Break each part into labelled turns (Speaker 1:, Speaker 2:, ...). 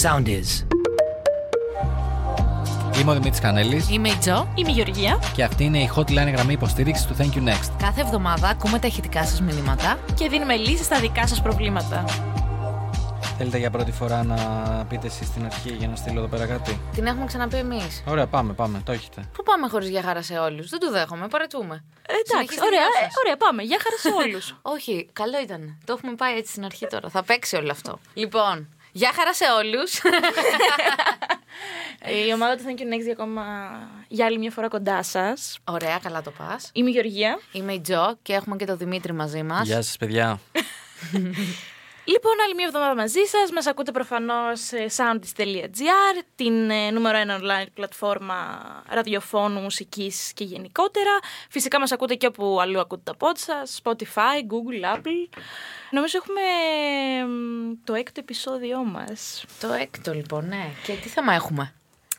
Speaker 1: sound is.
Speaker 2: Είμαι ο Δημήτρης Κανέλης
Speaker 3: Είμαι η Τζο.
Speaker 4: Είμαι η Γεωργία
Speaker 2: και αυτή είναι η hotline γραμμή υποστήριξης του Thank You Next.
Speaker 3: Κάθε εβδομάδα ακούμε τα ηχητικά σας μηνύματα.
Speaker 4: και δίνουμε λύσεις στα δικά σας προβλήματα.
Speaker 2: Θέλετε για πρώτη φορά να πείτε εσείς στην αρχή για να στείλω εδώ πέρα κάτι.
Speaker 3: Την έχουμε ξαναπεί εμείς.
Speaker 2: Ωραία, πάμε, πάμε, το έχετε.
Speaker 3: Πού πάμε χωρίς για χαρά σε όλους. Δεν του δέχομαι, παρατούμε.
Speaker 4: Ε, εντάξει,
Speaker 3: Συνεχίστε
Speaker 4: ωραία,
Speaker 3: δικά
Speaker 4: ε,
Speaker 3: σας.
Speaker 4: ωραία, πάμε. Γεια χαρά σε όλους.
Speaker 3: Όχι, καλό ήταν. Το έχουμε πάει έτσι στην αρχή τώρα. Θα παίξει όλο αυτό. Λοιπόν, γεια χαρά σε όλους.
Speaker 4: Ε, η ομάδα του Thank You Next ακόμα για άλλη μια φορά κοντά σας.
Speaker 3: ωραία, καλά το πας.
Speaker 4: Είμαι η Γεωργία.
Speaker 3: Είμαι η Τζο και έχουμε και το Δημήτρη μαζί μας.
Speaker 2: Γεια σας, παιδιά.
Speaker 4: Λοιπόν, άλλη μια εβδομάδα μαζί σας. Μας ακούτε προφανώς σε soundist.gr, την ε, νούμερο 1 online πλατφόρμα ραδιοφώνου, μουσικής και γενικότερα. Φυσικά μας ακούτε και όπου αλλού ακούτε τα pod σας, Spotify, Google, Apple. Νομίζω έχουμε εμ, το έκτο επεισόδιό μας.
Speaker 3: Το έκτο λοιπόν, ναι. Και τι θέμα έχουμε.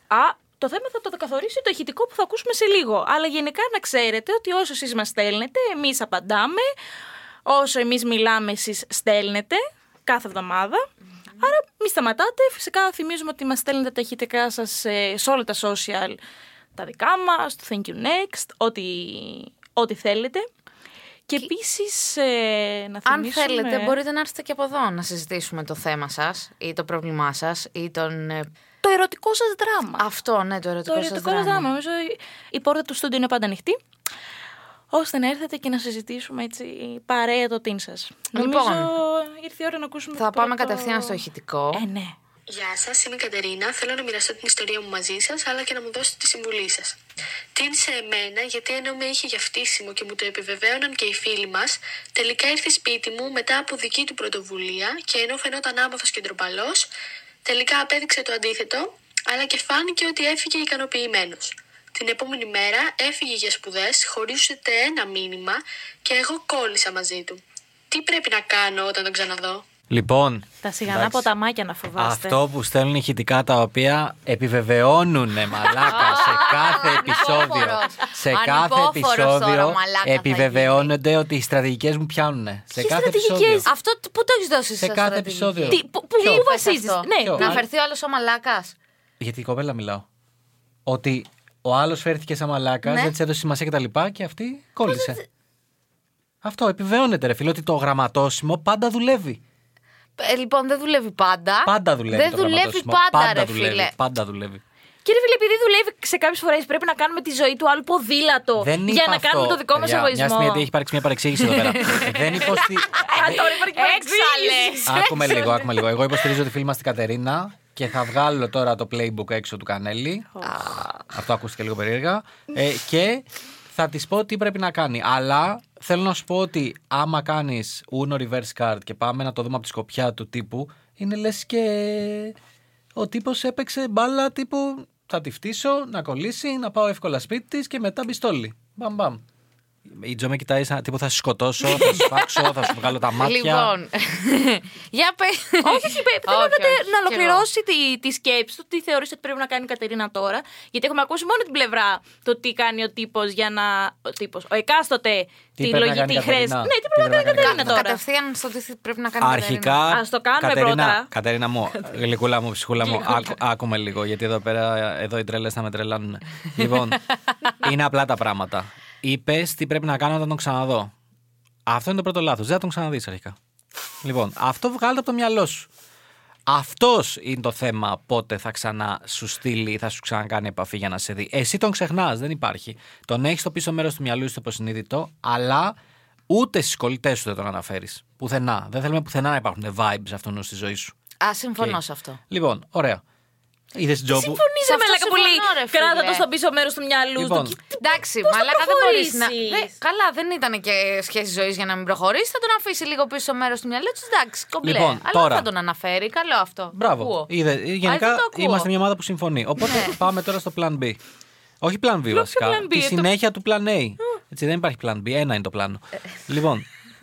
Speaker 4: Α, το θέμα θα το καθορίσει το ηχητικό που θα ακούσουμε σε λίγο. Αλλά γενικά να ξέρετε ότι όσο εσείς μας στέλνετε, εμείς απαντάμε. Όσο εμείς μιλάμε, εσείς στέλνετε κάθε εβδομάδα. Άρα μη σταματάτε. Φυσικά θυμίζουμε ότι μας στέλνετε τα ηχητικά σας σε, σε όλα τα social. Τα δικά μας, το Thank you Next, ό,τι, ό,τι θέλετε. Και επίση να
Speaker 3: Αν
Speaker 4: θυμίσουμε...
Speaker 3: θέλετε, μπορείτε να έρθετε και από εδώ να συζητήσουμε το θέμα σας ή το πρόβλημά σας ή τον. ε,
Speaker 4: Το ερωτικό σας δράμα.
Speaker 3: Αυτό, ναι, το ερωτικό,
Speaker 4: Το ερωτικό
Speaker 3: σας δράμα.
Speaker 4: μας δράμα. Νομίζω η- η πόρτα του στούντιο είναι πάντα ανοιχτή. Ώστε να έρθετε και να συζητήσουμε έτσι παρέα το τίν σα. Νομίζω ήρθε η ώρα να ακούσουμε.
Speaker 3: Λοιπόν. Θα
Speaker 4: το
Speaker 3: πάμε
Speaker 4: πρώτο-
Speaker 3: κατευθείαν στο ηχητικό.
Speaker 4: Ε, ναι.
Speaker 5: Γεια σας, είμαι η Κατερίνα. Θέλω να μοιραστώ την ιστορία μου μαζί σας, αλλά και να μου δώσετε τη συμβουλή σας. Την σε εμένα, γιατί ενώ με είχε για φτύσιμο και μου το επιβεβαίωναν και οι φίλοι μας, τελικά ήρθε σπίτι μου μετά από δική του πρωτοβουλία και ενώ φαινόταν άμαθος και ντροπαλός, τελικά απέδειξε το αντίθετο, αλλά και φάνηκε ότι έφυγε ικανοποιημένος. Την επόμενη μέρα έφυγε για σπουδές, χωρί ούτε ένα μήνυμα και εγώ κόλλησα μαζί του. Τι πρέπει να κάνω όταν τον ξαναδώ.
Speaker 2: Λοιπόν,
Speaker 4: Τα σιγανά
Speaker 2: εντάξει.
Speaker 4: ποταμάκια να φοβάστε.
Speaker 2: Αυτό που στέλνουν ηχητικά τα οποία επιβεβαιώνουν μαλάκα σε κάθε επεισόδιο.
Speaker 3: Ανυπόφορος.
Speaker 2: σε κάθε
Speaker 3: Ανυπόφορος τώρα,
Speaker 2: επεισόδιο
Speaker 3: μαλάκα, θα
Speaker 2: επιβεβαιώνονται ότι οι στρατηγικές μου πιάνουν. Σε
Speaker 4: Ποιες
Speaker 2: κάθε
Speaker 4: στρατηγικές?
Speaker 2: επεισόδιο.
Speaker 3: Αυτό το- πού το έχεις δώσει
Speaker 2: Σε
Speaker 3: σαν
Speaker 2: κάθε
Speaker 3: στρατηγική?
Speaker 2: επεισόδιο.
Speaker 4: Τι, πού- πού-
Speaker 3: Πού
Speaker 4: πού
Speaker 3: πες
Speaker 4: βασίζεσαι.
Speaker 3: αυτό?
Speaker 4: Ναι,
Speaker 2: Ποιο?
Speaker 3: να
Speaker 2: Α-
Speaker 3: φερθεί άλλος ο μαλάκας.
Speaker 2: Γιατί η κοπέλα μιλάω. Ότι ο άλλος φέρθηκε σαν μαλάκας,
Speaker 3: Ναι.
Speaker 2: δεν της έδωσε σημασία κτλ. και αυτή κόλλησε. Αυτό επιβεβαιώνεται, ρε φίλε, ότι το γραμματόσημο πάντα δουλεύει.
Speaker 3: Ε, λοιπόν, δεν δουλεύει πάντα.
Speaker 2: Πάντα δουλεύει.
Speaker 3: Δεν
Speaker 2: το
Speaker 3: δουλεύει
Speaker 2: γραμματόσημο.
Speaker 3: πάντα,
Speaker 2: πάντα
Speaker 3: ρε
Speaker 2: δουλεύει,
Speaker 3: φίλε.
Speaker 2: Πάντα δουλεύει.
Speaker 4: Κύριε Φίλε, επειδή δουλεύει σε κάποιες φορές, πρέπει να κάνουμε τη ζωή του άλλου ποδήλατο.
Speaker 2: Δεν
Speaker 4: για
Speaker 2: είπα
Speaker 4: να
Speaker 2: αυτό,
Speaker 4: κάνουμε το δικό μας
Speaker 2: παιδιά. Μιας
Speaker 4: εγωισμό.
Speaker 2: στιγμή γιατί έχει υπάρξει μια παρεξήγηση εδώ πέρα. δεν υποστη...
Speaker 4: Α, τώρα υπάρχει παρεξήγηση.
Speaker 3: Έξαλλες.
Speaker 2: άκουμε λίγο, άκουμε λίγο. Εγώ υποστηρίζω τη φίλη μας την Κατερίνα και θα βγάλω τώρα το playbook έξω του Κανέλη. αυτό ακούστηκε λίγο περίεργα. Ε, και θα της πω τι πρέπει να κάνει. Αλλά θέλω να σου πω ότι άμα κάνεις Uno reverse card και πάμε να το δούμε από τη σκοπιά του τύπου, είναι λες και ο τύπος έπαιξε μπάλα τύπου. Θα τη φτύσω, να κολλήσει, να πάω εύκολα σπίτι της και μετά πιστόλι. Μπαμ, μπαμ. Η Τζο με κοιτάει σαν τύπου θα σε σκοτώσω, θα σου φάξω, θα σου βγάλω τα μάτια.
Speaker 3: Λοιπόν. Για πε.
Speaker 4: Όχι, όχι, πε- θέλω να, τε-
Speaker 3: όχι,
Speaker 4: να
Speaker 3: κι εγώ.
Speaker 4: ολοκληρώσει τη, τη σκέψη του, τι θεωρείς ότι πρέπει να κάνει η Κατερίνα τώρα. Γιατί έχουμε ακούσει μόνο την πλευρά το τι κάνει ο τύπος για να. Ο τύπος. Ο εκάστοτε.
Speaker 2: Τι
Speaker 4: τη
Speaker 2: πρέπει να
Speaker 4: λογική
Speaker 2: κάνει η
Speaker 4: χρέση.
Speaker 2: Κατερίνα.
Speaker 4: Ναι, τι πρέπει να κάνει η Κατερίνα
Speaker 2: Κα-
Speaker 4: τώρα.
Speaker 3: Κατευθείαν στο τι πρέπει να κάνει. η
Speaker 2: Αρχικά.
Speaker 3: Κατερίνα.
Speaker 4: Ας το κάνουμε
Speaker 2: Κατερίνα,
Speaker 4: πρώτα.
Speaker 2: Κατερίνα μου, γλυκούλα μου, ψυχούλα μου, άκου- άκουμε λίγο. Γιατί εδώ πέρα, εδώ οι τρελές θα με τρελάνουν. λοιπόν, είναι απλά τα πράγματα. Είπες τι πρέπει να κάνω όταν τον ξαναδώ. Αυτό είναι το πρώτο λάθος. Δεν θα τον ξαναδείς αρχικά. Λοιπόν, αυτό βγάλτε από το μυαλό σου. Αυτός είναι το θέμα πότε θα ξανά σου στείλει ή θα σου ξανακάνει επαφή για να σε δει. Εσύ τον ξεχνάς, δεν υπάρχει. Τον έχεις στο πίσω μέρος του μυαλού ή στο υποσυνείδητο, αλλά ούτε στις κολλητές σου δεν τον αναφέρεις. Πουθενά. Δεν θέλουμε πουθενά να υπάρχουν vibes αυτού στη ζωή σου.
Speaker 3: Α, συμφωνώ σε αυτό.
Speaker 2: Λοιπόν, ωραία. Είδες τζόμπου.
Speaker 3: Σε
Speaker 4: Συμφωνήσαμε,
Speaker 3: αυτό
Speaker 4: αλλά πολύ.
Speaker 3: συμφωνώ, ρε, φίλε.
Speaker 4: Κράτα το στο πίσω μέρος του μυαλού
Speaker 2: Λοιπόν.
Speaker 4: του.
Speaker 3: Εντάξει,
Speaker 4: Πώς θα
Speaker 3: μαλάκα δεν μπορείς να.
Speaker 4: προχωρήσεις?
Speaker 3: Δε- καλά, δεν ήταν και σχέση ζωής για να μην προχωρήσεις. Θα τον αφήσει λίγο πίσω μέρος του μυαλού του. Εντάξει, κομπλέ.
Speaker 2: Λοιπόν,
Speaker 3: Αλλά
Speaker 2: τώρα.
Speaker 3: θα τον αναφέρει. Καλό αυτό.
Speaker 2: Μπράβο.
Speaker 3: Ακούω.
Speaker 2: Είδε, γενικά
Speaker 3: δεν το ακούω.
Speaker 2: είμαστε μια ομάδα που συμφωνεί. Οπότε
Speaker 4: Ναι.
Speaker 2: πάμε τώρα στο plan B. Όχι plan B βασικά.
Speaker 4: plan B,
Speaker 2: η
Speaker 4: ε, το-
Speaker 2: συνέχεια του plan A. Έτσι, δεν υπάρχει plan B. Ένα είναι το πλάνο.
Speaker 4: Ε.
Speaker 2: λοιπόν,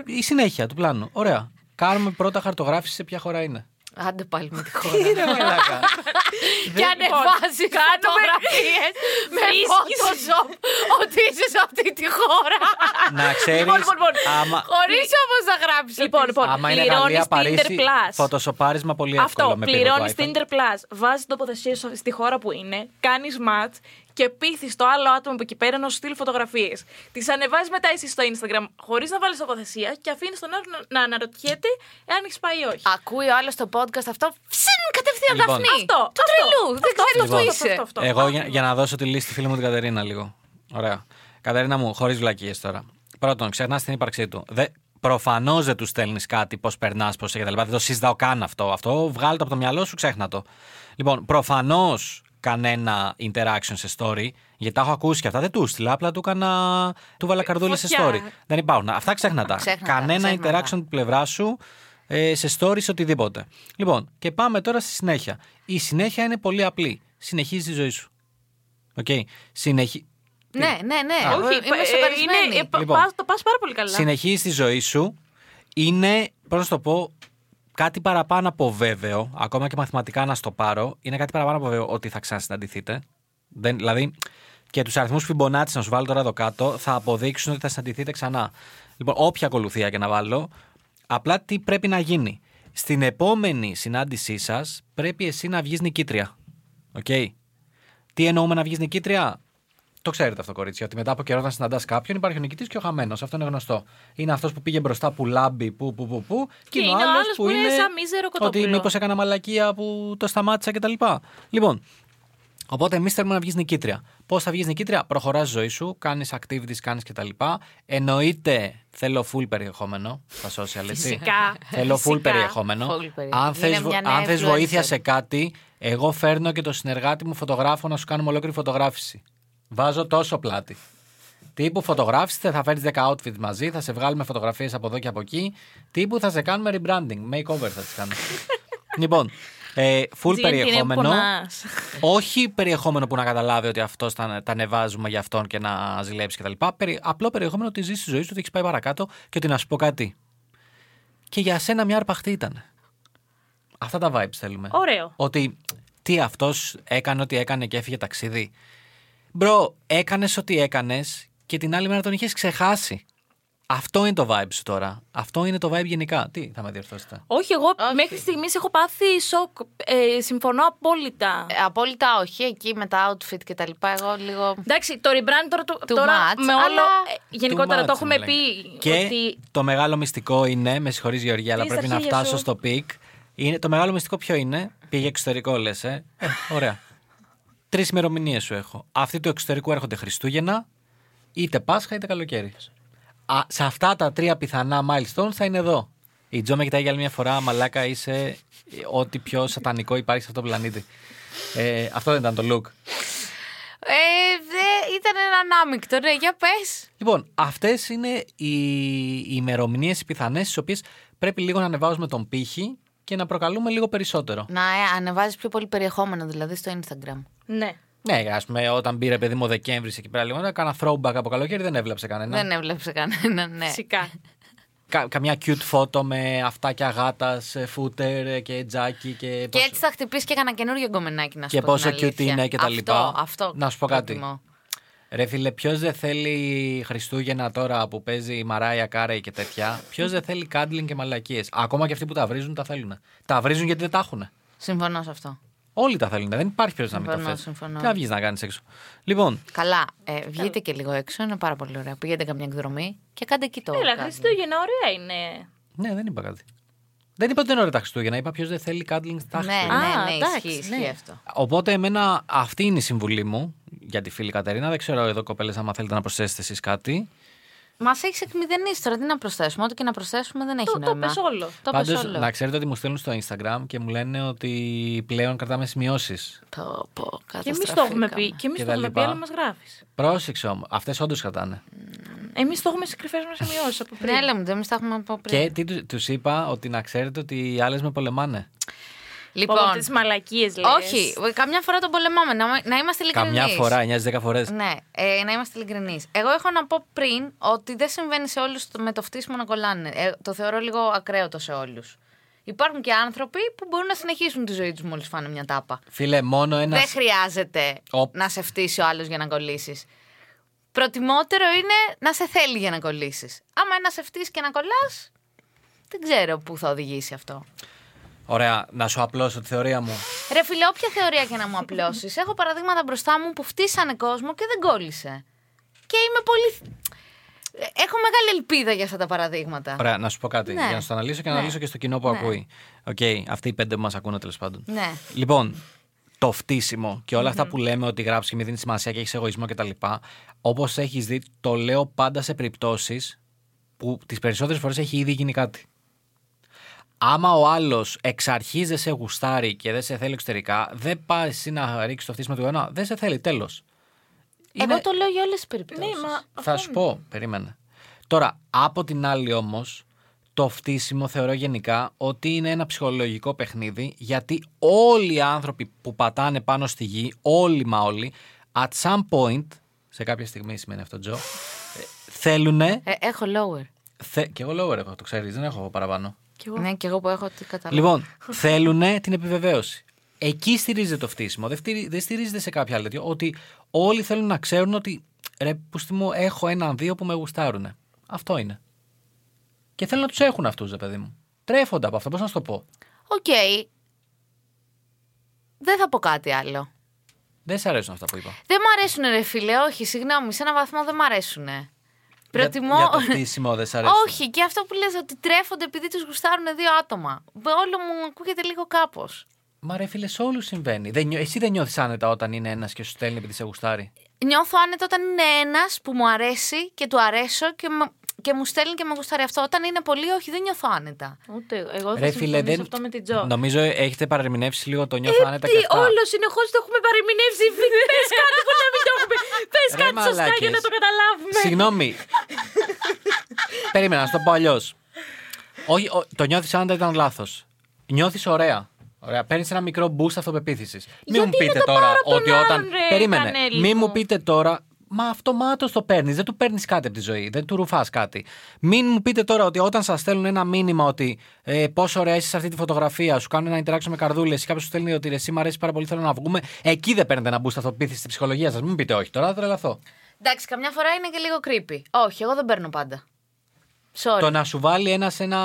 Speaker 2: η συνέχεια του πλάνου. Ωραία. Κάνουμε πρώτα χαρτογράφηση σε ποια χώρα είναι.
Speaker 3: Άντε πάλι με τη χώρα.
Speaker 2: Τι ρε μαλάκα.
Speaker 3: και
Speaker 4: Λοιπόν,
Speaker 3: ανεβάζει φωτογραφίες με Photoshop ότι είσαι σε αυτή τη χώρα.
Speaker 2: Να ξέρεις.
Speaker 4: Λοιπόν, λοιπόν, λοιπόν.
Speaker 3: Χωρίς όμως να γράψεις.
Speaker 4: Λοιπόν, λοιπόν,
Speaker 2: Άμα είναι
Speaker 4: πληρώνεις
Speaker 2: Γαλλία,
Speaker 4: Tinder
Speaker 2: Παρίσι,
Speaker 4: Plus.
Speaker 2: φωτοσοπάρισμα πολύ εύκολο
Speaker 4: Αυτό.
Speaker 2: με Paypal
Speaker 4: Πληρώνεις
Speaker 2: Python.
Speaker 4: Tinder Plus, βάζεις την τοποθεσία σου στη χώρα που είναι, κάνεις match και πείθεις το άλλο άτομο που εκεί πέρα να σου στείλει φωτογραφίες. Τις ανεβάζεις μετά εσύ στο Instagram χωρίς να βάλεις τοποθεσία και αφήνεις τον άλλο να- να αναρωτιέται εάν έχεις πάει ή όχι.
Speaker 3: Ακούει ο άλλος το podcast αυτό. Ψήν κατευθείαν
Speaker 2: Λοιπόν.
Speaker 3: Δαφνή.
Speaker 4: Αυτό,
Speaker 3: Του
Speaker 4: αυτό,
Speaker 3: τρελού. Δεν
Speaker 4: αυτό,
Speaker 3: ξέρει
Speaker 4: αυτό,
Speaker 3: που
Speaker 4: αυτό,
Speaker 3: είσαι.
Speaker 4: αυτό, αυτό.
Speaker 2: Εγώ για, για να δώσω τη λύση στη φίλη μου την Κατερίνα λίγο. Ωραία. Κατερίνα μου, χωρίς βλακίες τώρα. Πρώτον, ξεχνάς την ύπαρξή του. Δε, Προφανώς δεν του στέλνεις κάτι, πώς περνάς, πώς κτλ. Δεν το συζητάω καν αυτό. Αυτό βγάλει το από το μυαλό σου, ξέχνα το. Λοιπόν, προφανώς κανένα interaction σε story, γιατί τα έχω ακούσει και αυτά. Δεν τους στείλα, απλά του έκανα. του βάλα καρδούλες σε
Speaker 4: Φωτιά.
Speaker 2: story. Δεν υπάρχουν. Αυτά ξέχνα τα.
Speaker 3: Ξέχνα τα,
Speaker 2: κανένα
Speaker 3: ξέχνα τα.
Speaker 2: interaction από την πλευρά σου ε, σε stories, οτιδήποτε. Λοιπόν, και πάμε τώρα στη συνέχεια. Η συνέχεια είναι πολύ απλή. Συνεχίζεις τη ζωή σου. Οκ. Συνεχι...
Speaker 3: Ναι, ναι, ναι.
Speaker 2: Α.
Speaker 3: Όχι, είμαι
Speaker 4: ε,
Speaker 3: σοκαρισμένη.
Speaker 4: είναι- ε, πα-
Speaker 2: Λοιπόν.
Speaker 4: πας- Το πας πάρα πολύ καλά.
Speaker 2: Συνεχίζεις τη ζωή σου. Είναι, πώς να σου το πω, κάτι παραπάνω από βέβαιο, ακόμα και μαθηματικά να στο πάρω, είναι κάτι παραπάνω από βέβαιο ότι θα ξανασυναντηθείτε. Δεν, δηλαδή, και τους αριθμούς Φιμπονάτσι να σου βάλω τώρα εδώ κάτω, θα αποδείξουν ότι θα συναντηθείτε ξανά. Λοιπόν, όποια ακολουθία και να βάλω, απλά τι πρέπει να γίνει. Στην επόμενη συνάντησή σας, πρέπει εσύ να βγεις νικήτρια. Οκ. Τι εννοούμε να βγεις νικήτρια. Το ξέρετε αυτό, κορίτσια. Ότι μετά από καιρό, όταν συναντάς κάποιον, υπάρχει ο νικητής και ο χαμένος. Αυτό είναι γνωστό. Είναι αυτός που πήγε μπροστά, που λάμπει, που που που. που και,
Speaker 4: είναι ο
Speaker 2: άλλος
Speaker 4: άλλος που είναι σαν μίζερο κοτόπουλο.
Speaker 2: Ότι μήπως έκανα μαλακία που το σταμάτησα κτλ. Λοιπόν, Οπότε εμείς θέλουμε να βγεις νικήτρια. Πώς θα βγεις νικήτρια, προχωράς ζωή σου, κάνεις activities, κάνεις κτλ. Εννοείται θέλω full περιεχόμενο στα social έτσι.
Speaker 4: Φυσικά.
Speaker 2: Θέλω full
Speaker 3: Φυσικά.
Speaker 2: περιεχόμενο.
Speaker 3: Full περιεχόμενο.
Speaker 2: Αν θες
Speaker 3: Είναι μια νέα influencer.
Speaker 2: βοήθεια σε κάτι, εγώ φέρνω και το συνεργάτη μου φωτογράφο να σου κάνουμε ολόκληρη φωτογράφηση. Βάζω τόσο πλάτη. Τύπου φωτογράφησε, θα φέρεις 10 outfits μαζί, θα σε βγάλουμε φωτογραφίες από εδώ και από εκεί. Τύπου θα σε κάνουμε rebranding. Makeover θα τις κάνουμε. λοιπόν, ε, full
Speaker 4: GNT είναι που
Speaker 2: περιεχόμενο.
Speaker 4: πονάς.
Speaker 2: Όχι περιεχόμενο που να καταλάβει ότι αυτό τα, τα ανεβάζουμε για αυτόν και να ζηλέψει κτλ. Περι, απλό περιεχόμενο ότι ζεις τη ζωή σου, ότι έχεις πάει παρακάτω και ότι να σου πω κάτι. Και για σένα μια αρπαχτή ήταν. Αυτά τα vibes θέλουμε.
Speaker 4: Ωραίο.
Speaker 2: Ότι τι αυτός έκανε, ότι έκανε και έφυγε ταξίδι. Μπρο, έκανες ό,τι έκανες και την άλλη μέρα τον είχες ξεχάσει. Αυτό είναι το vibe σου τώρα. Αυτό είναι το vibe γενικά. Τι θα με διορθώσετε.
Speaker 4: Όχι, εγώ μέχρι στιγμής έχω πάθει σοκ. Ε, συμφωνώ απόλυτα.
Speaker 3: Ε, Απόλυτα όχι. Εκεί με τα outfit και τα λοιπά. Εγώ λίγο.
Speaker 4: Εντάξει, το rebrand τώρα, το-
Speaker 3: Too
Speaker 4: τώρα
Speaker 3: much,
Speaker 4: με όλο.
Speaker 3: αλλά-
Speaker 4: ε, γενικότερα
Speaker 2: Too
Speaker 4: το
Speaker 2: much,
Speaker 4: έχουμε
Speaker 2: μου λένε.
Speaker 4: πει
Speaker 2: Και
Speaker 4: ότι
Speaker 2: το μεγάλο μυστικό είναι, με συγχωρείς Γεωργία, αλλά
Speaker 4: στα
Speaker 2: πρέπει να
Speaker 4: χέρια
Speaker 2: φτάσω
Speaker 4: σου.
Speaker 2: στο πικ. Είναι, το μεγάλο μυστικό ποιο είναι. Πήγε εξωτερικό, λες. Ε. ε, ωραία. Τρεις ημερομηνίες σου έχω. Αυτοί του εξωτερικού έρχονται Χριστούγεννα, είτε Πάσχα είτε καλοκαίρι. Α, σε αυτά τα τρία πιθανά milestones θα είναι εδώ. Η Τζο με κοιτάει για άλλη μια φορά. Μαλάκα, είσαι ε, ό,τι πιο σατανικό υπάρχει σε αυτό το πλανήτη. Ε, αυτό δεν ήταν το look.
Speaker 3: Ε, δε, ήταν ένα ανάμεικτο. Ναι, για πες.
Speaker 2: Λοιπόν, αυτές είναι οι, οι ημερομηνίες, οι πιθανές, τι οποίες πρέπει λίγο να ανεβάζουμε τον πύχη και να προκαλούμε λίγο περισσότερο.
Speaker 3: Να ε, ανεβάζεις πιο πολύ περιεχόμενο δηλαδή στο Instagram.
Speaker 4: Ναι.
Speaker 2: Ναι, ας πούμε, όταν πήρε παιδί μου ο Δεκέμβρης εκεί πέρα λίγο, να κάνα throwback από καλοκαίρι, δεν έβλαψε κανένα.
Speaker 3: Δεν έβλεψε κανένα,
Speaker 4: Ε,
Speaker 3: ναι.
Speaker 4: Φυσικά.
Speaker 2: Κα- καμιά cute φώτο με αυτάκια γάτα, φούτερ ε, και τζάκι και.
Speaker 3: Και
Speaker 2: πόσο-
Speaker 3: έτσι θα χτυπήσεις και κανένα καινούριο γκομενάκι να σου
Speaker 2: Και
Speaker 3: πω την
Speaker 2: πόσο cute
Speaker 3: αλήθεια.
Speaker 2: είναι και τα
Speaker 3: αυτό,
Speaker 2: λοιπά.
Speaker 3: Αυτό.
Speaker 2: Να σου πω κάτι.
Speaker 3: προτιμώ.
Speaker 2: Ρε φίλε, ποιος δεν θέλει Χριστούγεννα τώρα που παίζει η Μαράια Κάρεϊ και τέτοια. Ποιος δεν θέλει κάντλινγκ και μαλακίες. Ακόμα και αυτοί που τα βρίζουν τα θέλουν. Τα βρίζουν γιατί δεν τα έχουν.
Speaker 3: Συμφωνώ σε αυτό.
Speaker 2: Όλοι τα θέλουν. Δεν υπάρχει ποιος να μην τα
Speaker 3: Συμφωνώ,
Speaker 2: θέλει.
Speaker 3: συμφωνώ.
Speaker 2: Τι να βγεις να κάνεις έξω. Λοιπόν,
Speaker 3: Καλά, ε, βγείτε και λίγο έξω, είναι πάρα πολύ ωραία. Πηγαίνετε καμιά εκδρομή και κάντε εκεί το.
Speaker 4: Έλα,
Speaker 3: κάτι.
Speaker 4: Χριστούγεννα, ωραία είναι.
Speaker 2: ναι, δεν είπα κάτι. Δεν είπα ότι δεν είναι ωραία τα Χριστούγεννα. Είπα ποιος δεν θέλει κάντλινγκ στα
Speaker 3: Ναι,
Speaker 2: Χριστούγεννα.
Speaker 3: ναι,
Speaker 4: Α,
Speaker 3: ναι,
Speaker 4: εντάξει,
Speaker 3: ισχύει, ισχύει
Speaker 4: ναι.
Speaker 3: αυτό.
Speaker 2: Οπότε, εμένα αυτή είναι η συμβουλή μου για τη φίλη Κατερίνα. Δεν ξέρω εδώ, κοπέλες, άμα θέλετε να προσθέσετε εσείς κάτι.
Speaker 3: Μα έχει εκμηδενήσει τώρα, τι να προσθέσουμε. Ό,τι και να προσθέσουμε δεν έχει
Speaker 4: Το, το
Speaker 3: νόημα.
Speaker 4: πες όλο.
Speaker 3: Το πες
Speaker 2: Πάντως,
Speaker 3: όλο.
Speaker 2: να ξέρετε ότι μου στέλνουν στο Instagram και μου λένε ότι πλέον κρατάμε σημειώσεις.
Speaker 3: Πω, πω,
Speaker 4: Και εμείς το έχουμε πει. Και εμείς
Speaker 2: Και
Speaker 4: το
Speaker 2: τα
Speaker 4: έχουμε πει,
Speaker 2: λοιπά.
Speaker 4: αλλά μας γράφεις.
Speaker 2: Πρόσεξε όμως, αυτές όντως κρατάνε.
Speaker 4: Εμείς το έχουμε σε κρυφέ μα σημειώσεις από πριν.
Speaker 3: Ναι, λέμε, δεν εμείς τα έχουμε από πριν.
Speaker 2: Και τι του είπα, ότι να ξέρετε ότι οι άλλες με πολεμάνε.
Speaker 3: Λοιπόν,
Speaker 4: τις μαλακίες λέει.
Speaker 3: όχι, καμιά φορά τον πολεμάμε. Να, να είμαστε ειλικρινείς.
Speaker 2: Καμιά φορά, 9-10 φορές.
Speaker 3: Ναι, ε, να είμαστε ειλικρινείς. Εγώ έχω να πω πριν ότι δεν συμβαίνει σε όλους με το φτύσιμο να κολλάνε. Ε, το θεωρώ λίγο ακραίο το σε όλους. Υπάρχουν και άνθρωποι που μπορούν να συνεχίσουν τη ζωή τους μόλις φάνε μια τάπα.
Speaker 2: Φίλε, μόνο ένας.
Speaker 3: Δεν χρειάζεται
Speaker 2: Οπ.
Speaker 3: να σε φτύσει ο άλλος για να κολλήσεις. Προτιμότερο είναι να σε θέλει για να κολλήσεις. Άμα ένα σε φτύσει και να κολλάς, δεν ξέρω πού θα οδηγήσει αυτό.
Speaker 2: Ωραία, να σου απλώσω τη θεωρία μου.
Speaker 3: Ρε φίλε, όποια θεωρία και να μου απλώσεις. Έχω παραδείγματα μπροστά μου που φτύσανε κόσμο και δεν κόλλησε. Και είμαι πολύ. Έχω μεγάλη ελπίδα για αυτά τα παραδείγματα.
Speaker 2: Ωραία, να σου πω κάτι.
Speaker 3: Ναι.
Speaker 2: Για να σου το αναλύσω και να
Speaker 3: Ναι.
Speaker 2: αναλύσω και στο κοινό που ακούει. Οκ, αυτοί οι πέντε που μας ακούνε τέλος πάντων.
Speaker 3: Ναι.
Speaker 2: Λοιπόν, το φτύσιμο και όλα αυτά που λέμε ότι γράψει και μη δίνει σημασία και έχεις εγωισμό κτλ. Όπως έχεις δει, το λέω πάντα σε περιπτώσεις που τις περισσότερες φορές έχει ήδη γίνει κάτι. Άμα ο άλλος εξ αρχής δεν σε γουστάρει και δεν σε θέλει εξωτερικά, δεν πας εσύ να ρίξεις το φτύσιμο του ένα. Δεν σε θέλει, τέλος.
Speaker 3: Εγώ το λέω για όλες τις περιπτώσεις.
Speaker 4: Ναι, μα
Speaker 2: Θα σου πω, περίμενε. Τώρα, από την άλλη όμως, το φτύσιμο θεωρώ γενικά ότι είναι ένα ψυχολογικό παιχνίδι γιατί όλοι οι άνθρωποι που πατάνε πάνω στη γη, όλοι μα όλοι, at some point, σε κάποια στιγμή σημαίνει αυτό, Τζο, ε, θέλουν.
Speaker 3: Ε, έχω lower.
Speaker 2: Θε, και εγώ lower έχω, το ξέρεις, δεν έχω παραπάνω.
Speaker 3: Ναι, και εγώ που έχω τι καταλάβω.
Speaker 2: Λοιπόν, θέλουν την επιβεβαίωση. Εκεί στηρίζεται το φτύσιμο. Δεν, φτύρι- δεν στηρίζεται σε κάποια άλλη τέτοιο. Ότι όλοι θέλουν να ξέρουν ότι ρε, πούστη μου, έχω έναν-δύο που με γουστάρουν. Αυτό είναι. Και θέλουν να τους έχουν αυτούς, ρε παιδί μου. Τρέφονται από αυτό, πώς να σου το πω.
Speaker 3: Οκ.
Speaker 2: Λοιπόν-
Speaker 3: Δεν θα πω κάτι άλλο.
Speaker 2: Δεν σ' αρέσουν αυτά που είπα.
Speaker 3: Δεν μ' αρέσουν, ρε φίλε. Όχι, συγγνώμη, σε ένα βαθμό δεν μ' αρέσουν. Προτιμώ.
Speaker 2: Για, για το φτύσιμο δεν σ' αρέσουν.
Speaker 3: Όχι, και αυτό που λες ότι τρέφονται επειδή τους γουστάρουν δύο άτομα. Μπε, Όλο μου ακούγεται λίγο κάπως.
Speaker 2: Μα ρε φίλε, σε όλους συμβαίνει. Δεν, νιώ- εσύ δεν νιώθεις άνετα όταν είναι ένας και σου στέλνει επειδή σε γουστάρει.
Speaker 3: Νιώθω άνετα όταν είναι ένας που μου αρέσει και του αρέσω και, με- και μου στέλνει και με γουστάρει αυτό. Όταν είναι πολύ, όχι, δεν νιώθω άνετα.
Speaker 4: Ούτε εγώ. εγώ
Speaker 2: Ρε
Speaker 4: θα
Speaker 2: φίλε,
Speaker 4: συμφωνήσω
Speaker 2: δεν.
Speaker 4: αυτό με την Τζο. Ε,
Speaker 2: Νομίζω έχετε παρερμηνεύσει λίγο το νιώθω άνετα και αυτά.
Speaker 4: όλος συνεχώς το έχουμε παρεμηνεύσει. Πες κάτι που να μην το έχουμε. Πε
Speaker 2: Ρε
Speaker 4: κάτι σωστά για
Speaker 2: μαλάκες.
Speaker 4: να το καταλάβουμε.
Speaker 2: Συγγνώμη. Περίμενα, να σου το πω αλλιώς. Όχι, ο- το νιώθεις αν δεν ήταν λάθος. Νιώθεις ωραία. Ωραία. Παίρνεις ένα μικρό boost αυτοπεποίθησης. Μην
Speaker 4: Γιατί
Speaker 2: μου πείτε
Speaker 4: να το
Speaker 2: τώρα
Speaker 4: πάρω από
Speaker 2: ότι
Speaker 4: τον
Speaker 2: όταν.
Speaker 4: άλλον, ρε,
Speaker 2: Περίμενε.
Speaker 4: Κανέλη
Speaker 2: Μην
Speaker 4: μου.
Speaker 2: μου πείτε τώρα. Μα αυτομάτως το παίρνεις. Δεν του παίρνεις κάτι από τη ζωή. Δεν του ρουφάς κάτι. Μην μου πείτε τώρα ότι όταν σας στέλνουν ένα μήνυμα ότι ε, πόσο ωραία είσαι σε αυτή τη φωτογραφία, σου κάνουν ένα interaction με καρδούλες ή κάποιος σου στέλνει ότι ρε, εσύ μου αρέσει πάρα πολύ, θέλω να βγούμε. Εκεί δεν παίρνετε ένα boost αυτοπεποίθηση στη ψυχολογία σας. Μην μου πείτε όχι τώρα, θα τρελαθώ.
Speaker 3: Εντάξει, καμιά φορά είναι και λίγο creepy. Όχι, εγώ δεν παίρνω πάντα. Sorry.
Speaker 2: Το να σου βάλει ένα σε ένα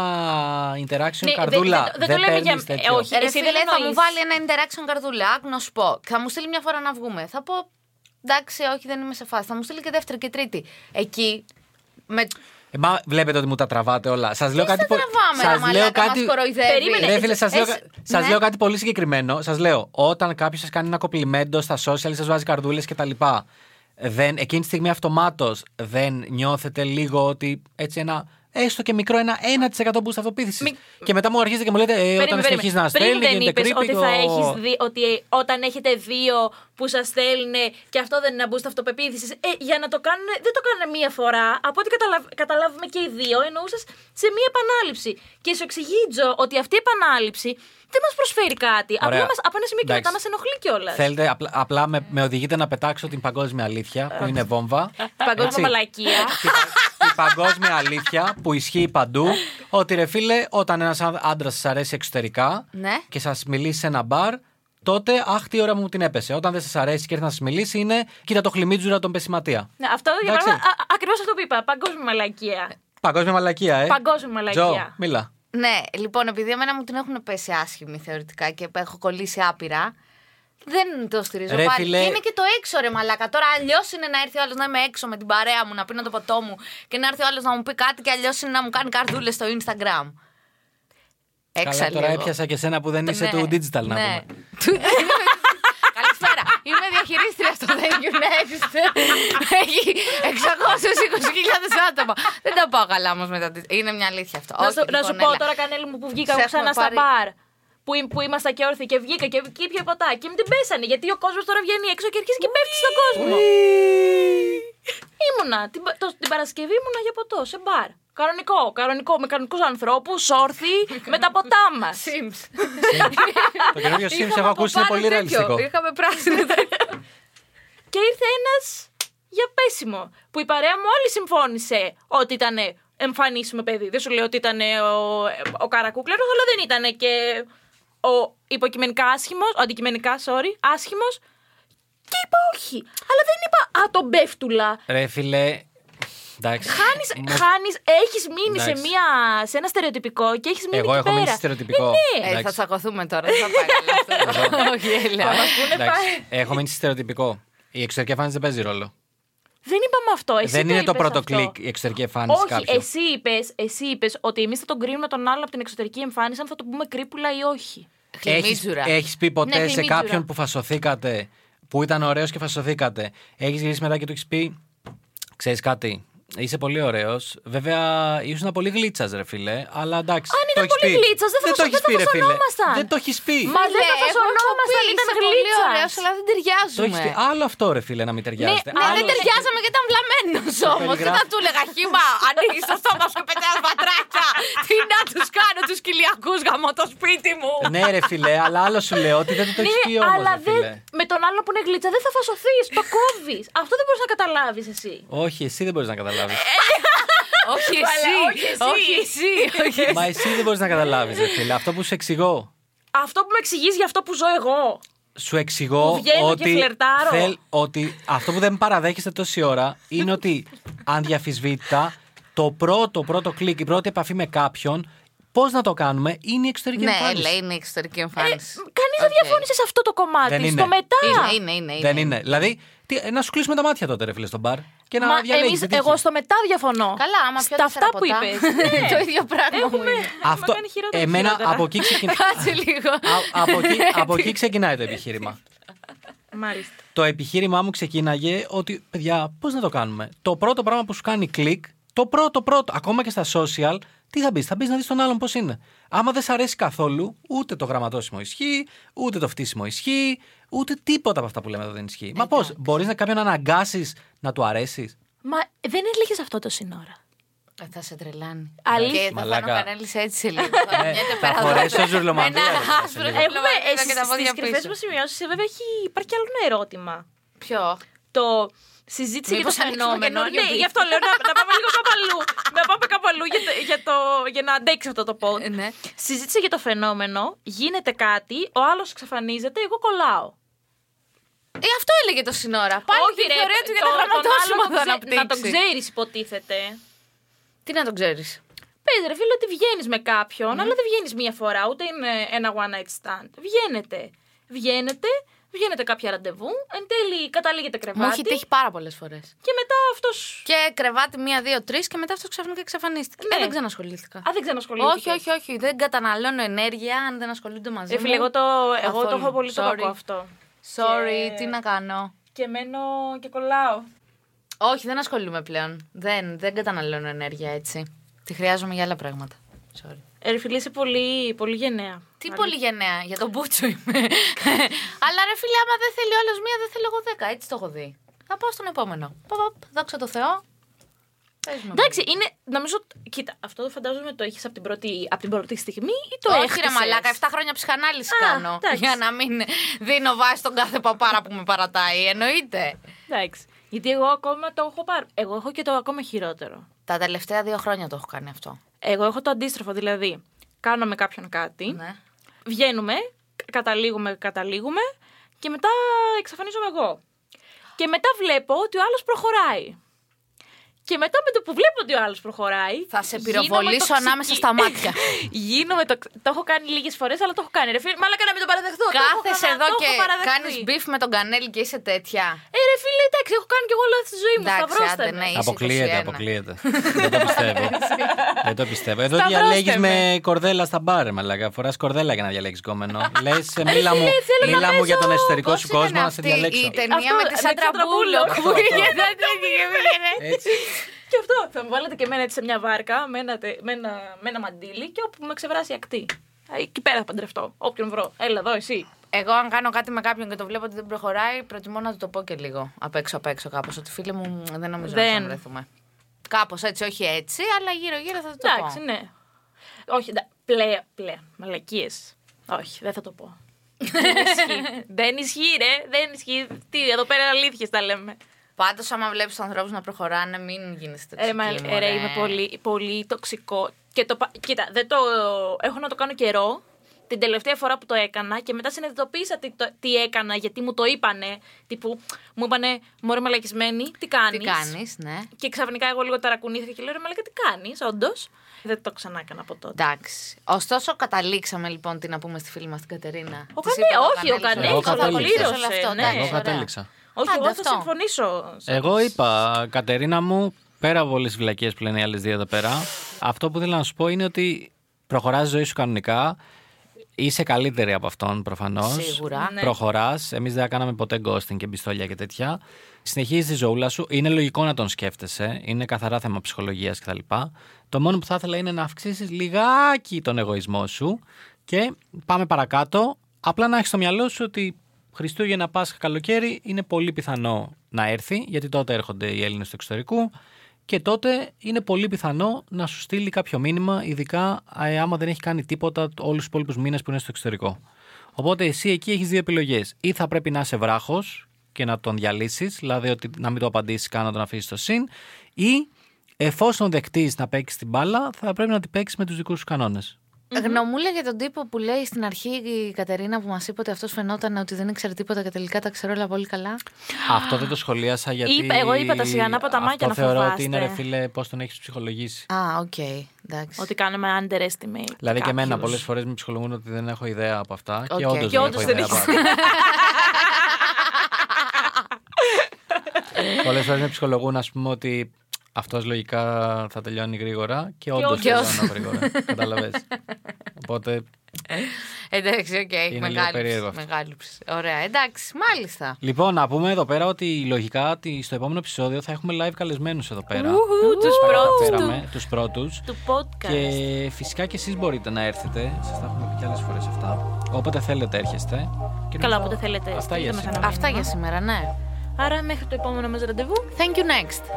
Speaker 2: interaction
Speaker 4: Ναι,
Speaker 2: καρδούλα.
Speaker 4: δεν- δεν το λέμε
Speaker 2: παίρνεις
Speaker 4: για- ε,
Speaker 2: τέτοιο.
Speaker 4: όχι.
Speaker 3: Ρε
Speaker 4: Εσύ
Speaker 3: φίλε,
Speaker 4: δεν
Speaker 3: θα μου
Speaker 4: εννοείς.
Speaker 3: βάλει ένα interaction καρδούλα, άκου να σου πω. Θα μου στείλει μια φορά να βγούμε. Θα πω, εντάξει, όχι, δεν είμαι σε φάση. Θα μου στείλει και δεύτερη και τρίτη. Εκεί. Με...
Speaker 2: Ε, μα βλέπετε ότι μου τα τραβάτε όλα. Σας λέω κάτι
Speaker 3: Κάτι
Speaker 2: πολύ.
Speaker 3: τραβάμε, ρε μαλάκα, μας κοροϊδεύει.
Speaker 4: Περίμενε,
Speaker 2: Ρε φίλε, σας λέω,
Speaker 4: ε,
Speaker 3: Εσύ-
Speaker 2: σας
Speaker 3: ναι.
Speaker 2: λέω κάτι πολύ συγκεκριμένο. Σας λέω, όταν κάποιος σας κάνει ένα κοπλιμέντο στα social, σας βάζει καρδούλες κτλ. Δεν, εκείνη τη στιγμή αυτομάτως δεν νιώθετε λίγο ότι έτσι ένα έστω και μικρό ένα 1% boost αυτοποίθηση. Και μετά μου αρχίζετε και μου λέτε, ε, όταν συνεχίζει να
Speaker 4: Πριν
Speaker 2: στέλνει,
Speaker 4: δεν
Speaker 2: γίνεται
Speaker 4: είπες
Speaker 2: creepy.
Speaker 4: ότι, θα
Speaker 2: ο-
Speaker 4: έχεις δει, ότι ε, όταν έχετε δύο που σας στέλνουν και αυτό δεν είναι να μπουν στα αυτοπεποίθησης. Ε, για να το κάνουν, δεν το κάνουν μία φορά. Από ό,τι καταλαβ- καταλάβουμε και οι δύο, εννοούσες σε μία επανάληψη. Και σου εξηγεί η Τζο ότι αυτή η επανάληψη δεν μας προσφέρει κάτι.
Speaker 2: Ωραία.
Speaker 4: Απλά μας, από ένα σημείο και μετά
Speaker 2: Εντάξει.
Speaker 4: μας ενοχλεί κιόλας.
Speaker 2: Θέλετε, απλά, απλά με, με οδηγείτε να πετάξω την παγκόσμια αλήθεια που είναι βόμβα. Έτσι.
Speaker 4: Παγκόσμια μαλακία.
Speaker 2: Την πα- την παγκόσμια αλήθεια που ισχύει παντού. Ότι ρε φίλε, όταν ένας άντρας σας αρέσει εξωτερικά
Speaker 3: Ναι.
Speaker 2: και σας μιλήσει σε ένα μπαρ, τότε αχ, τι ώρα μου την έπεσε. Όταν δεν σας αρέσει και έρθει να σας μιλήσει, είναι κοίτα το χλιμίτζουρα τον πεσηματία.
Speaker 4: Ναι, αυτό για
Speaker 2: Εντάξει.
Speaker 4: παράδειγμα, ακριβώς αυτό που είπα. Παγκόσμια μαλακία.
Speaker 2: Παγκόσμια μαλακία, ε.
Speaker 4: Παγκόσμια μαλακία.
Speaker 2: Τζο, μίλα.
Speaker 3: Ναι, λοιπόν, επειδή εμένα μου την έχουν πέσει άσχημη θεωρητικά και έχω κολλήσει άπειρα. Δεν το στηρίζω
Speaker 2: Ρε,
Speaker 3: πάλι.
Speaker 2: φίλε.
Speaker 3: Και είναι και το έξω, ρε Μαλάκα. Τώρα αλλιώς είναι να έρθει ο άλλος να είμαι έξω με την παρέα μου, να πίνω το ποτό μου και να έρθει ο άλλος να μου πει κάτι και αλλιώς είναι να μου κάνει καρδούλες στο Instagram. Έξα
Speaker 2: Καλά, τώρα
Speaker 3: λίγο.
Speaker 2: έπιασα και σένα που δεν είσαι
Speaker 3: Ναι,
Speaker 2: του digital να
Speaker 3: ναι.
Speaker 2: πούμε.
Speaker 3: Καλησπέρα. Είμαι διαχειρίστρια στο Thank You Next. Έχει 620.000 άτομα. Δεν τα πάω καλά όμως μετά. τη- Είναι μια αλήθεια αυτό.
Speaker 4: Να
Speaker 3: Όχι,
Speaker 4: σου, να σου
Speaker 3: λοιπόν,
Speaker 4: πω
Speaker 3: έλα.
Speaker 4: τώρα, Κανέλη μου, που βγήκα
Speaker 3: Σε
Speaker 4: εγώ
Speaker 3: έχουμε
Speaker 4: ξανά στα
Speaker 3: πάρει-
Speaker 4: μπαρ. Που, ή- που ήμασταν και όρθιοι και βγήκα και, και πια ποτά. Και μην την πέσανε. Γιατί ο κόσμος τώρα βγαίνει έξω και αρχίζει και πέφτει στον κόσμο. Ήμουνα. Την, πα- το- την Παρασκευή ήμουνα για ποτό σε μπαρ. Κανονικό, κανονικό, με κανονικούς ανθρώπους, όρθιοι, με τα ποτά μας.
Speaker 3: Sims.
Speaker 2: Το καινούριο Sims
Speaker 3: Είχαμε
Speaker 2: έχω
Speaker 3: από
Speaker 2: ακούσει είναι
Speaker 3: πάνω
Speaker 2: πολύ
Speaker 3: τέτοιο.
Speaker 2: ρεαλιστικό.
Speaker 3: Είχαμε πράσινο τέτοιο.
Speaker 4: Και ήρθε ένας για πέσιμο. Που η παρέα μου όλη συμφώνησε ότι ήταν εμφανίσιμο παιδί. Δεν σου λέω ότι ήταν ο, ο καρακούκλαρος, αλλά δεν ήταν και ο υποκειμενικά άσχημος, ο αντικειμενικά, sorry, άσχημος. Και είπα όχι. Αλλά δεν είπα Α, τον πέφτουλα.
Speaker 2: Ρε φίλε. Εντάξει.
Speaker 4: Χάνεις,
Speaker 2: Μου-
Speaker 4: χάνεις, έχεις μείνει σε,
Speaker 2: Εντάξει.
Speaker 4: μία, σε ένα στερεοτυπικό και έχεις μείνει
Speaker 2: Εγώ
Speaker 4: εκεί
Speaker 2: έχω
Speaker 4: πέρα.
Speaker 2: μείνει στερεοτυπικό.
Speaker 4: Ε,
Speaker 3: Ε,
Speaker 4: ναι.
Speaker 3: θα
Speaker 2: Εντάξει.
Speaker 3: τσακωθούμε τώρα. Δεν θα πάει καλά αυτό. Όχι, έλα.
Speaker 2: Εντάξει. Έχω μείνει στερεοτυπικό. Η εξωτερική εμφάνιση δεν παίζει ρόλο.
Speaker 4: Δεν είπαμε αυτό. Εσύ
Speaker 2: δεν είναι το
Speaker 4: είπες
Speaker 2: πρώτο
Speaker 4: αυτό.
Speaker 2: κλικ η εξωτερική εμφάνιση
Speaker 4: Όχι,
Speaker 2: κάποιου.
Speaker 4: εσύ είπες, εσύ είπες ότι εμείς θα τον κρίνουμε τον άλλο από την εξωτερική εμφάνιση αν θα τον πούμε κρύπουλα ή όχι.
Speaker 2: Έχεις,
Speaker 3: Χλιμίτζουρα.
Speaker 2: έχεις πει ποτέ
Speaker 4: Ναι,
Speaker 2: σε
Speaker 4: χλιμίτζουρα.
Speaker 2: κάποιον που φασωθήκατε, που ήταν ωραίος και φασωθήκατε. Έχεις γυρίσει μετά και του έχεις πει, ξέρεις κάτι, είσαι πολύ ωραίος. Βέβαια, ήσουν πολύ γλίτσας ρε φίλε, αλλά εντάξει.
Speaker 4: Αν
Speaker 2: το
Speaker 4: ήταν
Speaker 2: έχεις
Speaker 4: πολύ
Speaker 2: πει.
Speaker 4: γλίτσας, δεν θα
Speaker 2: το
Speaker 4: φασω-
Speaker 2: έχεις
Speaker 4: δεν θα
Speaker 2: πει, ρε φίλε.
Speaker 4: φασωνόμασταν.
Speaker 2: Δεν το έχεις πει.
Speaker 4: Μα δεν θα
Speaker 3: Φίλε, εγώ έχω
Speaker 4: φασωνόμασταν,
Speaker 3: πει,
Speaker 4: ήταν
Speaker 3: είσαι πολύ
Speaker 4: γλίτσας.
Speaker 3: ωραίος, αλλά δεν
Speaker 2: Το έχεις πει.
Speaker 3: ταιριάζουμε.
Speaker 2: Άλλο αυτό ρε φίλε να μην ταιριάζετε.
Speaker 4: ναι,
Speaker 3: Ναι,
Speaker 2: Άλλο-
Speaker 3: δεν ταιριάζαμε γιατί ήταν βλαμμένος όμω. Τι
Speaker 2: περιγράφει.
Speaker 3: να του έλεγα, Χήμα, ανοίγεις το στόμα σου και πετάς βατράκια. Τι να τους κάνω, τους κοιλιακούς γαμώ το σπίτι μου.
Speaker 2: Ναι, ρε φίλε, αλλά άλλο σου λέω ότι δεν το έχεις πει όμως
Speaker 4: Ναι, αλλά
Speaker 2: ρε φίλε.
Speaker 4: δεν, με τον άλλο που είναι γλίτσα δεν θα φασωθείς, το κόβεις. αυτό δεν μπορείς να καταλάβεις εσύ.
Speaker 2: Όχι, εσύ δεν μπορείς να καταλάβεις.
Speaker 3: Όχι εσύ, όχι εσύ. όχι
Speaker 4: Ε,
Speaker 3: εσύ.
Speaker 2: Μα εσύ δεν μπορείς να καταλάβεις, φίλε. Αυτό που σου εξηγώ.
Speaker 4: Αυτό που με εξηγείς για αυτό που ζω εγώ.
Speaker 2: Σου εξηγώ
Speaker 4: Που βγαίνω και
Speaker 2: ότι,
Speaker 4: φλερτάρω.
Speaker 2: ότι αυτό που δεν παραδέχεστε τόση ώρα είναι ότι αν διαφυσβήτητα το πρώτο, πρώτο κλικ, η πρώτη επαφή με κάποιον, πώς να το κάνουμε, είναι η εξωτερική
Speaker 3: Ναι,
Speaker 2: εμφάνιση.
Speaker 3: λέει είναι εξωτερική εμφάνιση.
Speaker 4: Κανείς δεν
Speaker 3: Οκ.
Speaker 4: διαφώνησε σε αυτό το κομμάτι.
Speaker 2: Δεν
Speaker 4: Στο
Speaker 2: είναι.
Speaker 4: μετά.
Speaker 3: Είναι, είναι,
Speaker 4: ναι,
Speaker 3: είναι.
Speaker 2: Δεν είναι. Δηλαδή, τι, ε, να σου κλείσουμε τα μάτια τότε, ρε φίλε, στον μπαρ και να
Speaker 4: Μα
Speaker 2: διαλέγεις
Speaker 4: εμείς-
Speaker 2: την τύχη.
Speaker 4: εγώ στο μετά διαφωνώ.
Speaker 3: Καλά, άμα Ναι.
Speaker 4: Στα
Speaker 3: πιω
Speaker 4: αυτά
Speaker 3: τέσσερα
Speaker 4: που
Speaker 3: ποτά.
Speaker 4: είπε.
Speaker 3: Το ίδιο πράγμα. μου
Speaker 4: Έχουμε.
Speaker 3: είναι.
Speaker 4: μα
Speaker 2: Αυτό,
Speaker 4: κάνει χειρότερα και
Speaker 2: εμένα
Speaker 4: χειρότερα.
Speaker 2: από εκεί, ξεκινά...
Speaker 3: Κάτσε λίγο.
Speaker 2: Α- από, εκεί, από εκεί ξεκινάει το επιχείρημα.
Speaker 4: Μάλιστα.
Speaker 2: Το επιχείρημά μου ξεκίναγε ότι, παιδιά, πώς να το κάνουμε. Το πρώτο πράγμα που σου κάνει κλικ, το πρώτο πρώτο, ακόμα και στα social, τι θα μπεις, θα μπεις να δεις τον άλλον πώς είναι. Άμα δεν σ' αρέσει καθόλου, ούτε το γραμματόσημο ισχύει, ούτε το φτύσιμο ισχύει, ούτε τίποτα από αυτά που λέμε εδώ δεν ισχύει. Μα πώς, μπορείς να κάποιον να αναγκάσεις να του αρέσεις.
Speaker 4: Μα δεν έλεγες αυτό το σύνορα.
Speaker 3: Ε, Θα σε τρελάνει.
Speaker 4: Αλήθεια.
Speaker 3: Και θα φάνω
Speaker 2: Μαλάκα.
Speaker 3: κανέλης έτσι σε λίγο. Ε, Θα βγαίνετε
Speaker 2: θα
Speaker 3: πέρα
Speaker 2: φορέσω
Speaker 3: δρόμο.
Speaker 2: ζουρλομανδύα,
Speaker 3: Με ένα
Speaker 2: ρε, σε
Speaker 3: άσπρο
Speaker 2: λίγο.
Speaker 4: Έχουμε
Speaker 3: ζουρλομανδύα και τα
Speaker 4: στις
Speaker 3: πόδια
Speaker 4: κρυφέ
Speaker 3: πίσω.
Speaker 4: μου σημειώσει, ε, βέβαια, έχει, υπάρχει άλλο ένα ερώτημα.
Speaker 3: Ποιο.
Speaker 4: Το συζήτηση
Speaker 3: Μήπως
Speaker 4: για το
Speaker 3: ανοίξουμε
Speaker 4: φαινόμενο.
Speaker 3: καινούριο
Speaker 4: Ναι,
Speaker 3: beat.
Speaker 4: γι' αυτό λέω να, να πάμε λίγο κάπου αλλού. να πάμε κάπου αλλού για, το- για, το, για να αντέξει αυτό το
Speaker 3: Ε,
Speaker 4: pod.
Speaker 3: ναι.
Speaker 4: Συζήτηση για το φαινόμενο. Γίνεται κάτι, ο άλλος εξαφανίζεται, εγώ κολλάω.
Speaker 3: Ε, αυτό έλεγε το σύνορα. Πάλι
Speaker 4: Όχι,
Speaker 3: τη
Speaker 4: ρε,
Speaker 3: θεωρία του για
Speaker 4: το-
Speaker 3: τα
Speaker 4: τον
Speaker 3: γραμματόσημα
Speaker 4: άλλο
Speaker 3: θα
Speaker 4: ξε- Να τον
Speaker 3: αναπτύξει.
Speaker 4: ξέρεις, υποτίθεται.
Speaker 3: Τι να τον ξέρεις.
Speaker 4: Πες ρε φίλε ότι βγαίνεις με κάποιον,
Speaker 3: Ναι.
Speaker 4: αλλά δεν βγαίνεις μία φορά, ούτε είναι ένα one night stand. Βγαίνετε. Βγαίνετε, βγαίνετε κάποια ραντεβού, εν τέλει καταλήγετε
Speaker 3: Μου
Speaker 4: κρεβάτι.
Speaker 3: έχει τύχει πάρα πολλές φορές.
Speaker 4: Και μετά αυτός.
Speaker 3: Και κρεβάτι μία, δύο, τρεις και μετά αυτός ξαφνικά εξαφανίστηκε.
Speaker 4: Ναι.
Speaker 3: Ε, δεν ξανασχολήθηκα.
Speaker 4: Α, δεν ξανασχολείται.
Speaker 3: Όχι, όχι, όχι. Δεν καταναλώνω ενέργεια αν δεν ασχολούνται μαζί
Speaker 4: Ρε
Speaker 3: μου.
Speaker 4: Ε, φίλε, εγώ το, εγώ το
Speaker 3: Καθόλου.
Speaker 4: έχω πολύ το
Speaker 3: Sorry.
Speaker 4: κακό αυτό.
Speaker 3: Sorry,
Speaker 4: Και-
Speaker 3: τι να κάνω.
Speaker 4: Και μένω και κολλάω.
Speaker 3: Όχι, δεν ασχολούμαι πλέον. Δεν, δεν καταναλώνω ενέργεια έτσι. Τη χρειάζομαι για άλλα πράγματα. Sorry.
Speaker 4: Ε, Ρε φίλε, είσαι πολύ, πολύ γενναία.
Speaker 3: Τι πολύ γενναία, για τον Μπούτσο είμαι. Αλλά ρε φίλε, άμα δεν θέλει όλο μία, δεν θέλω εγώ δέκα. Έτσι το έχω δει. Θα πάω στον επόμενο. Παπ, παπ, δόξα τω Θεώ. Παίζουμε.
Speaker 4: Εντάξει, είναι, νομίζω. Κοίτα, αυτό το φαντάζομαι το έχεις από, την πρώτη- απ' την πρώτη στιγμή ή το
Speaker 3: Το Όχι, ρε
Speaker 4: έχτισες?
Speaker 3: Μαλάκα, 7 χρόνια ψυχανάλυση
Speaker 4: Α,
Speaker 3: κάνω.
Speaker 4: εντάξει.
Speaker 3: Για να μην δίνω βάση στον κάθε παπάρα που με παρατάει. Εννοείται.
Speaker 4: Εντάξει. Γιατί εγώ ακόμα το έχω πάρει. Εγώ έχω και το ακόμα χειρότερο.
Speaker 3: Τα τελευταία δύο χρόνια το έχω κάνει αυτό.
Speaker 4: Εγώ έχω το αντίστροφο, δηλαδή. Κάνω με κάποιον κάτι,
Speaker 3: Ναι.
Speaker 4: βγαίνουμε, κα- καταλήγουμε, καταλήγουμε και μετά εξαφανίζομαι εγώ. Και μετά βλέπω ότι ο άλλος προχωράει. Και μετά με το που βλέπω ότι ο άλλος προχωράει...
Speaker 3: Θα σε
Speaker 4: γίνομαι
Speaker 3: πυροβολήσω
Speaker 4: τοξική.
Speaker 3: ανάμεσα στα μάτια.
Speaker 4: γίνομαι το... το έχω κάνει λίγες φορές, αλλά το έχω κάνει. Ρε φίλε, μάλλον να μην το παραδεχτώ. Το έχω
Speaker 3: Κάθεσαι
Speaker 4: κανα-
Speaker 3: εδώ
Speaker 4: το έχω
Speaker 3: και
Speaker 4: παραδεχτεί.
Speaker 3: κάνεις μπιφ με τον κανέλη και είσαι τέτοια.
Speaker 4: Ε, ρε φίλε, εντάξει, έχω κάνει κι εγώ λάθη στη ζωή μου.
Speaker 3: Εντάξει,
Speaker 4: Σταυρώστε
Speaker 3: άντε,
Speaker 4: με.
Speaker 3: ναι. Είσαι
Speaker 2: Αποκλείεται,
Speaker 3: 21.
Speaker 2: αποκλείεται. δεν το πιστεύω. δεν το πιστεύω. Εδώ
Speaker 4: Σταυρώστε
Speaker 2: διαλέγεις
Speaker 4: με.
Speaker 2: με κορδέλα στα μπαρ, μαλακά. Φοράς κορδέλα για να διαλέξει κόμενο. Λες, μίλα μου,
Speaker 4: θέλω να
Speaker 2: μίλα μου για τον
Speaker 4: παίζω.
Speaker 2: εσωτερικό
Speaker 3: Πώς
Speaker 2: σου
Speaker 3: ήταν
Speaker 2: κόσμο να σε
Speaker 3: αυτή
Speaker 2: διαλέξω.
Speaker 3: Η ταινία
Speaker 4: Αυτό,
Speaker 3: με
Speaker 4: με
Speaker 3: τη
Speaker 4: τη
Speaker 3: Σάντρα
Speaker 4: Σάντρα
Speaker 3: Μπούλοκ
Speaker 4: Μπούλοκ.
Speaker 3: που είχε
Speaker 4: Ναι,
Speaker 3: τα τέτοια και πήγαινε.
Speaker 2: Έτσι.
Speaker 4: Και αυτό. Θα με βάλετε και εμένα έτσι σε μια βάρκα με ένα, τε- με ένα, με ένα μαντίλι και όπου με ξεβράσει η ακτή. Ε, Εκεί πέρα θα παντρευτώ. Όποιον βρω. Έλα εδώ, εσύ.
Speaker 3: Εγώ, αν κάνω κάτι με κάποιον και το βλέπω ότι δεν προχωράει, προτιμώ να του το πω και λίγο απ' έξω απ' έξω κάπως. Ότι φίλε μου, μ, δεν νομίζω
Speaker 4: Δεν.
Speaker 3: να ξαναβρεθούμε. Κάπως έτσι, όχι έτσι, αλλά γύρω-γύρω θα του το
Speaker 4: Εντάξει,
Speaker 3: πω.
Speaker 4: ναι. Όχι, εντά- πλέον. πλέον. Μαλακίες. Όχι, δεν θα το πω. δεν ισχύει, ρε. Δεν ισχύει. Τι, εδώ πέρα αλήθειες τα λέμε.
Speaker 3: Πάντως, άμα βλέπεις τους ανθρώπους να προχωράνε, μην γίνεις
Speaker 4: Ρε,
Speaker 3: τοξική.
Speaker 4: Ε, μα,
Speaker 3: μωρέ.
Speaker 4: ρε, είμαι πολύ, πολύ τοξικό. Και το, πα- κοίτα, δεν το, έχω να το κάνω καιρό. Την τελευταία φορά που το έκανα και μετά συνειδητοποίησα τι, το- τι έκανα, γιατί μου το είπανε. Τύπου, μου είπανε, Μωρέ μαλακισμένη, τι κάνεις.
Speaker 3: Τι κάνεις, ναι.
Speaker 4: Και ξαφνικά εγώ λίγο ταρακουνήθηκα και λέω ρε Μαλάκα, τι κάνεις, όντως. Δεν το ξανά έκανα από τότε.
Speaker 3: Εντάξει. Ωστόσο, καταλήξαμε λοιπόν τι να πούμε στη φίλη μας την Κατερίνα.
Speaker 4: Ο
Speaker 3: Της
Speaker 4: Κανέ-
Speaker 3: είπα,
Speaker 4: όχι, ο Κανέ- ναι,
Speaker 2: Εγώ
Speaker 3: θα
Speaker 2: κατέληξα.
Speaker 3: ακολουθήσω όλο αυτό,
Speaker 4: Εγώ
Speaker 3: εντάξει, Ναι, ωραία.
Speaker 2: κατέληξα.
Speaker 4: Όχι,
Speaker 3: Άντε,
Speaker 4: εγώ θα
Speaker 3: αυτό.
Speaker 4: συμφωνήσω.
Speaker 2: Εγώ είπα, Κατερίνα μου, πέρα από όλες τις βλακίες που λένε οι άλλες δύο εδώ πέρα, αυτό που θέλω να σου πω είναι ότι προχωράς ζωή σου κανονικά. Είσαι καλύτερη από αυτόν προφανώς.
Speaker 3: Σίγουρα.
Speaker 4: Ναι.
Speaker 2: Προχωράς. Εμείς δεν κάναμε ποτέ ghosting και μπιστόλια και τέτοια. Συνεχίζεις τη ζωούλα σου. Είναι λογικό να τον σκέφτεσαι. Είναι καθαρά θέμα ψυχολογίας κτλ. Το μόνο που θα ήθελα είναι να αυξήσεις λιγάκι τον εγωισμό σου και πάμε παρακάτω. Απλά να έχεις στο μυαλό σου ότι Χριστούγεννα, Πάσχα, καλοκαίρι είναι πολύ πιθανό να έρθει, γιατί τότε έρχονται οι Έλληνες του εξωτερικού και τότε είναι πολύ πιθανό να σου στείλει κάποιο μήνυμα, ειδικά ε, άμα δεν έχει κάνει τίποτα όλους τους υπόλοιπους μήνες που είναι στο εξωτερικό. Οπότε εσύ εκεί έχεις δύο επιλογές. Ή θα πρέπει να είσαι βράχος και να τον διαλύσεις, δηλαδή ότι να μην το απαντήσεις καν να τον αφήσεις στο συν, ή εφόσον δεχτείς να παίξεις την μπάλα, θα πρέπει να την παίξεις με τους δικούς σου κανόνες.
Speaker 3: Mm-hmm. Γνωμούλα για τον τύπο που λέει στην αρχή η Κατερίνα που μας είπε ότι αυτός φαινόταν ότι δεν ήξερε τίποτα και τελικά τα ξέρω όλα πολύ καλά.
Speaker 2: Αυτό δεν το σχολίασα γιατί.
Speaker 4: Είπα- εγώ είπα τα σιγανά ποταμάκια
Speaker 2: αυτό
Speaker 4: να
Speaker 2: Θεωρώ
Speaker 4: φοβάστε.
Speaker 2: ότι είναι ρε φίλε πώς τον έχεις ψυχολογήσει.
Speaker 3: Α, οκ. εντάξει.
Speaker 4: Ότι κάνουμε underestimate.
Speaker 2: Ε. Δηλαδή και εμένα
Speaker 4: κάποιους.
Speaker 2: πολλές φορές με ψυχολογούν ότι δεν έχω ιδέα από αυτά.
Speaker 3: Οκ.
Speaker 2: Και όντως
Speaker 3: Και
Speaker 2: δεν
Speaker 4: όντως
Speaker 2: έχω
Speaker 4: δεν
Speaker 2: ιδέα από
Speaker 4: έχεις.
Speaker 2: αυτά. Πολλές φορές με ψυχολογούν, ας πούμε, ότι αυτός λογικά θα τελειώνει γρήγορα και όντως
Speaker 4: όντως.
Speaker 2: τελειώνω γρήγορα. Κατάλαβες. Οπότε
Speaker 3: Εντάξει, οκ.
Speaker 2: λίγο περίεργο
Speaker 3: Μεγάλυψε.
Speaker 2: αυτό.
Speaker 3: Μεγάλυψες. Ωραία, εντάξει, μάλιστα.
Speaker 2: Λοιπόν, να πούμε εδώ πέρα ότι λογικά ότι στο επόμενο επεισόδιο θα έχουμε live καλεσμένους εδώ πέρα.
Speaker 4: Ου, τους πρώτους του,
Speaker 2: Καταφέραμε τους πρώτους.
Speaker 4: του podcast.
Speaker 2: Και φυσικά και εσείς μπορείτε να έρθετε. Σας τα έχουμε πει κι άλλες φορές αυτά. Όποτε θέλετε, έρχεστε. Και
Speaker 4: Καλά,
Speaker 2: νομίζω
Speaker 4: όποτε θέλετε.
Speaker 2: Αυτά
Speaker 4: στείλτε
Speaker 2: για
Speaker 4: μας
Speaker 2: σήμερα.
Speaker 4: ένα
Speaker 3: Αυτά
Speaker 4: μήνυμα.
Speaker 3: για σήμερα, ναι.
Speaker 4: Άρα μέχρι το επόμενο μας ραντεβού.
Speaker 3: Thank you next.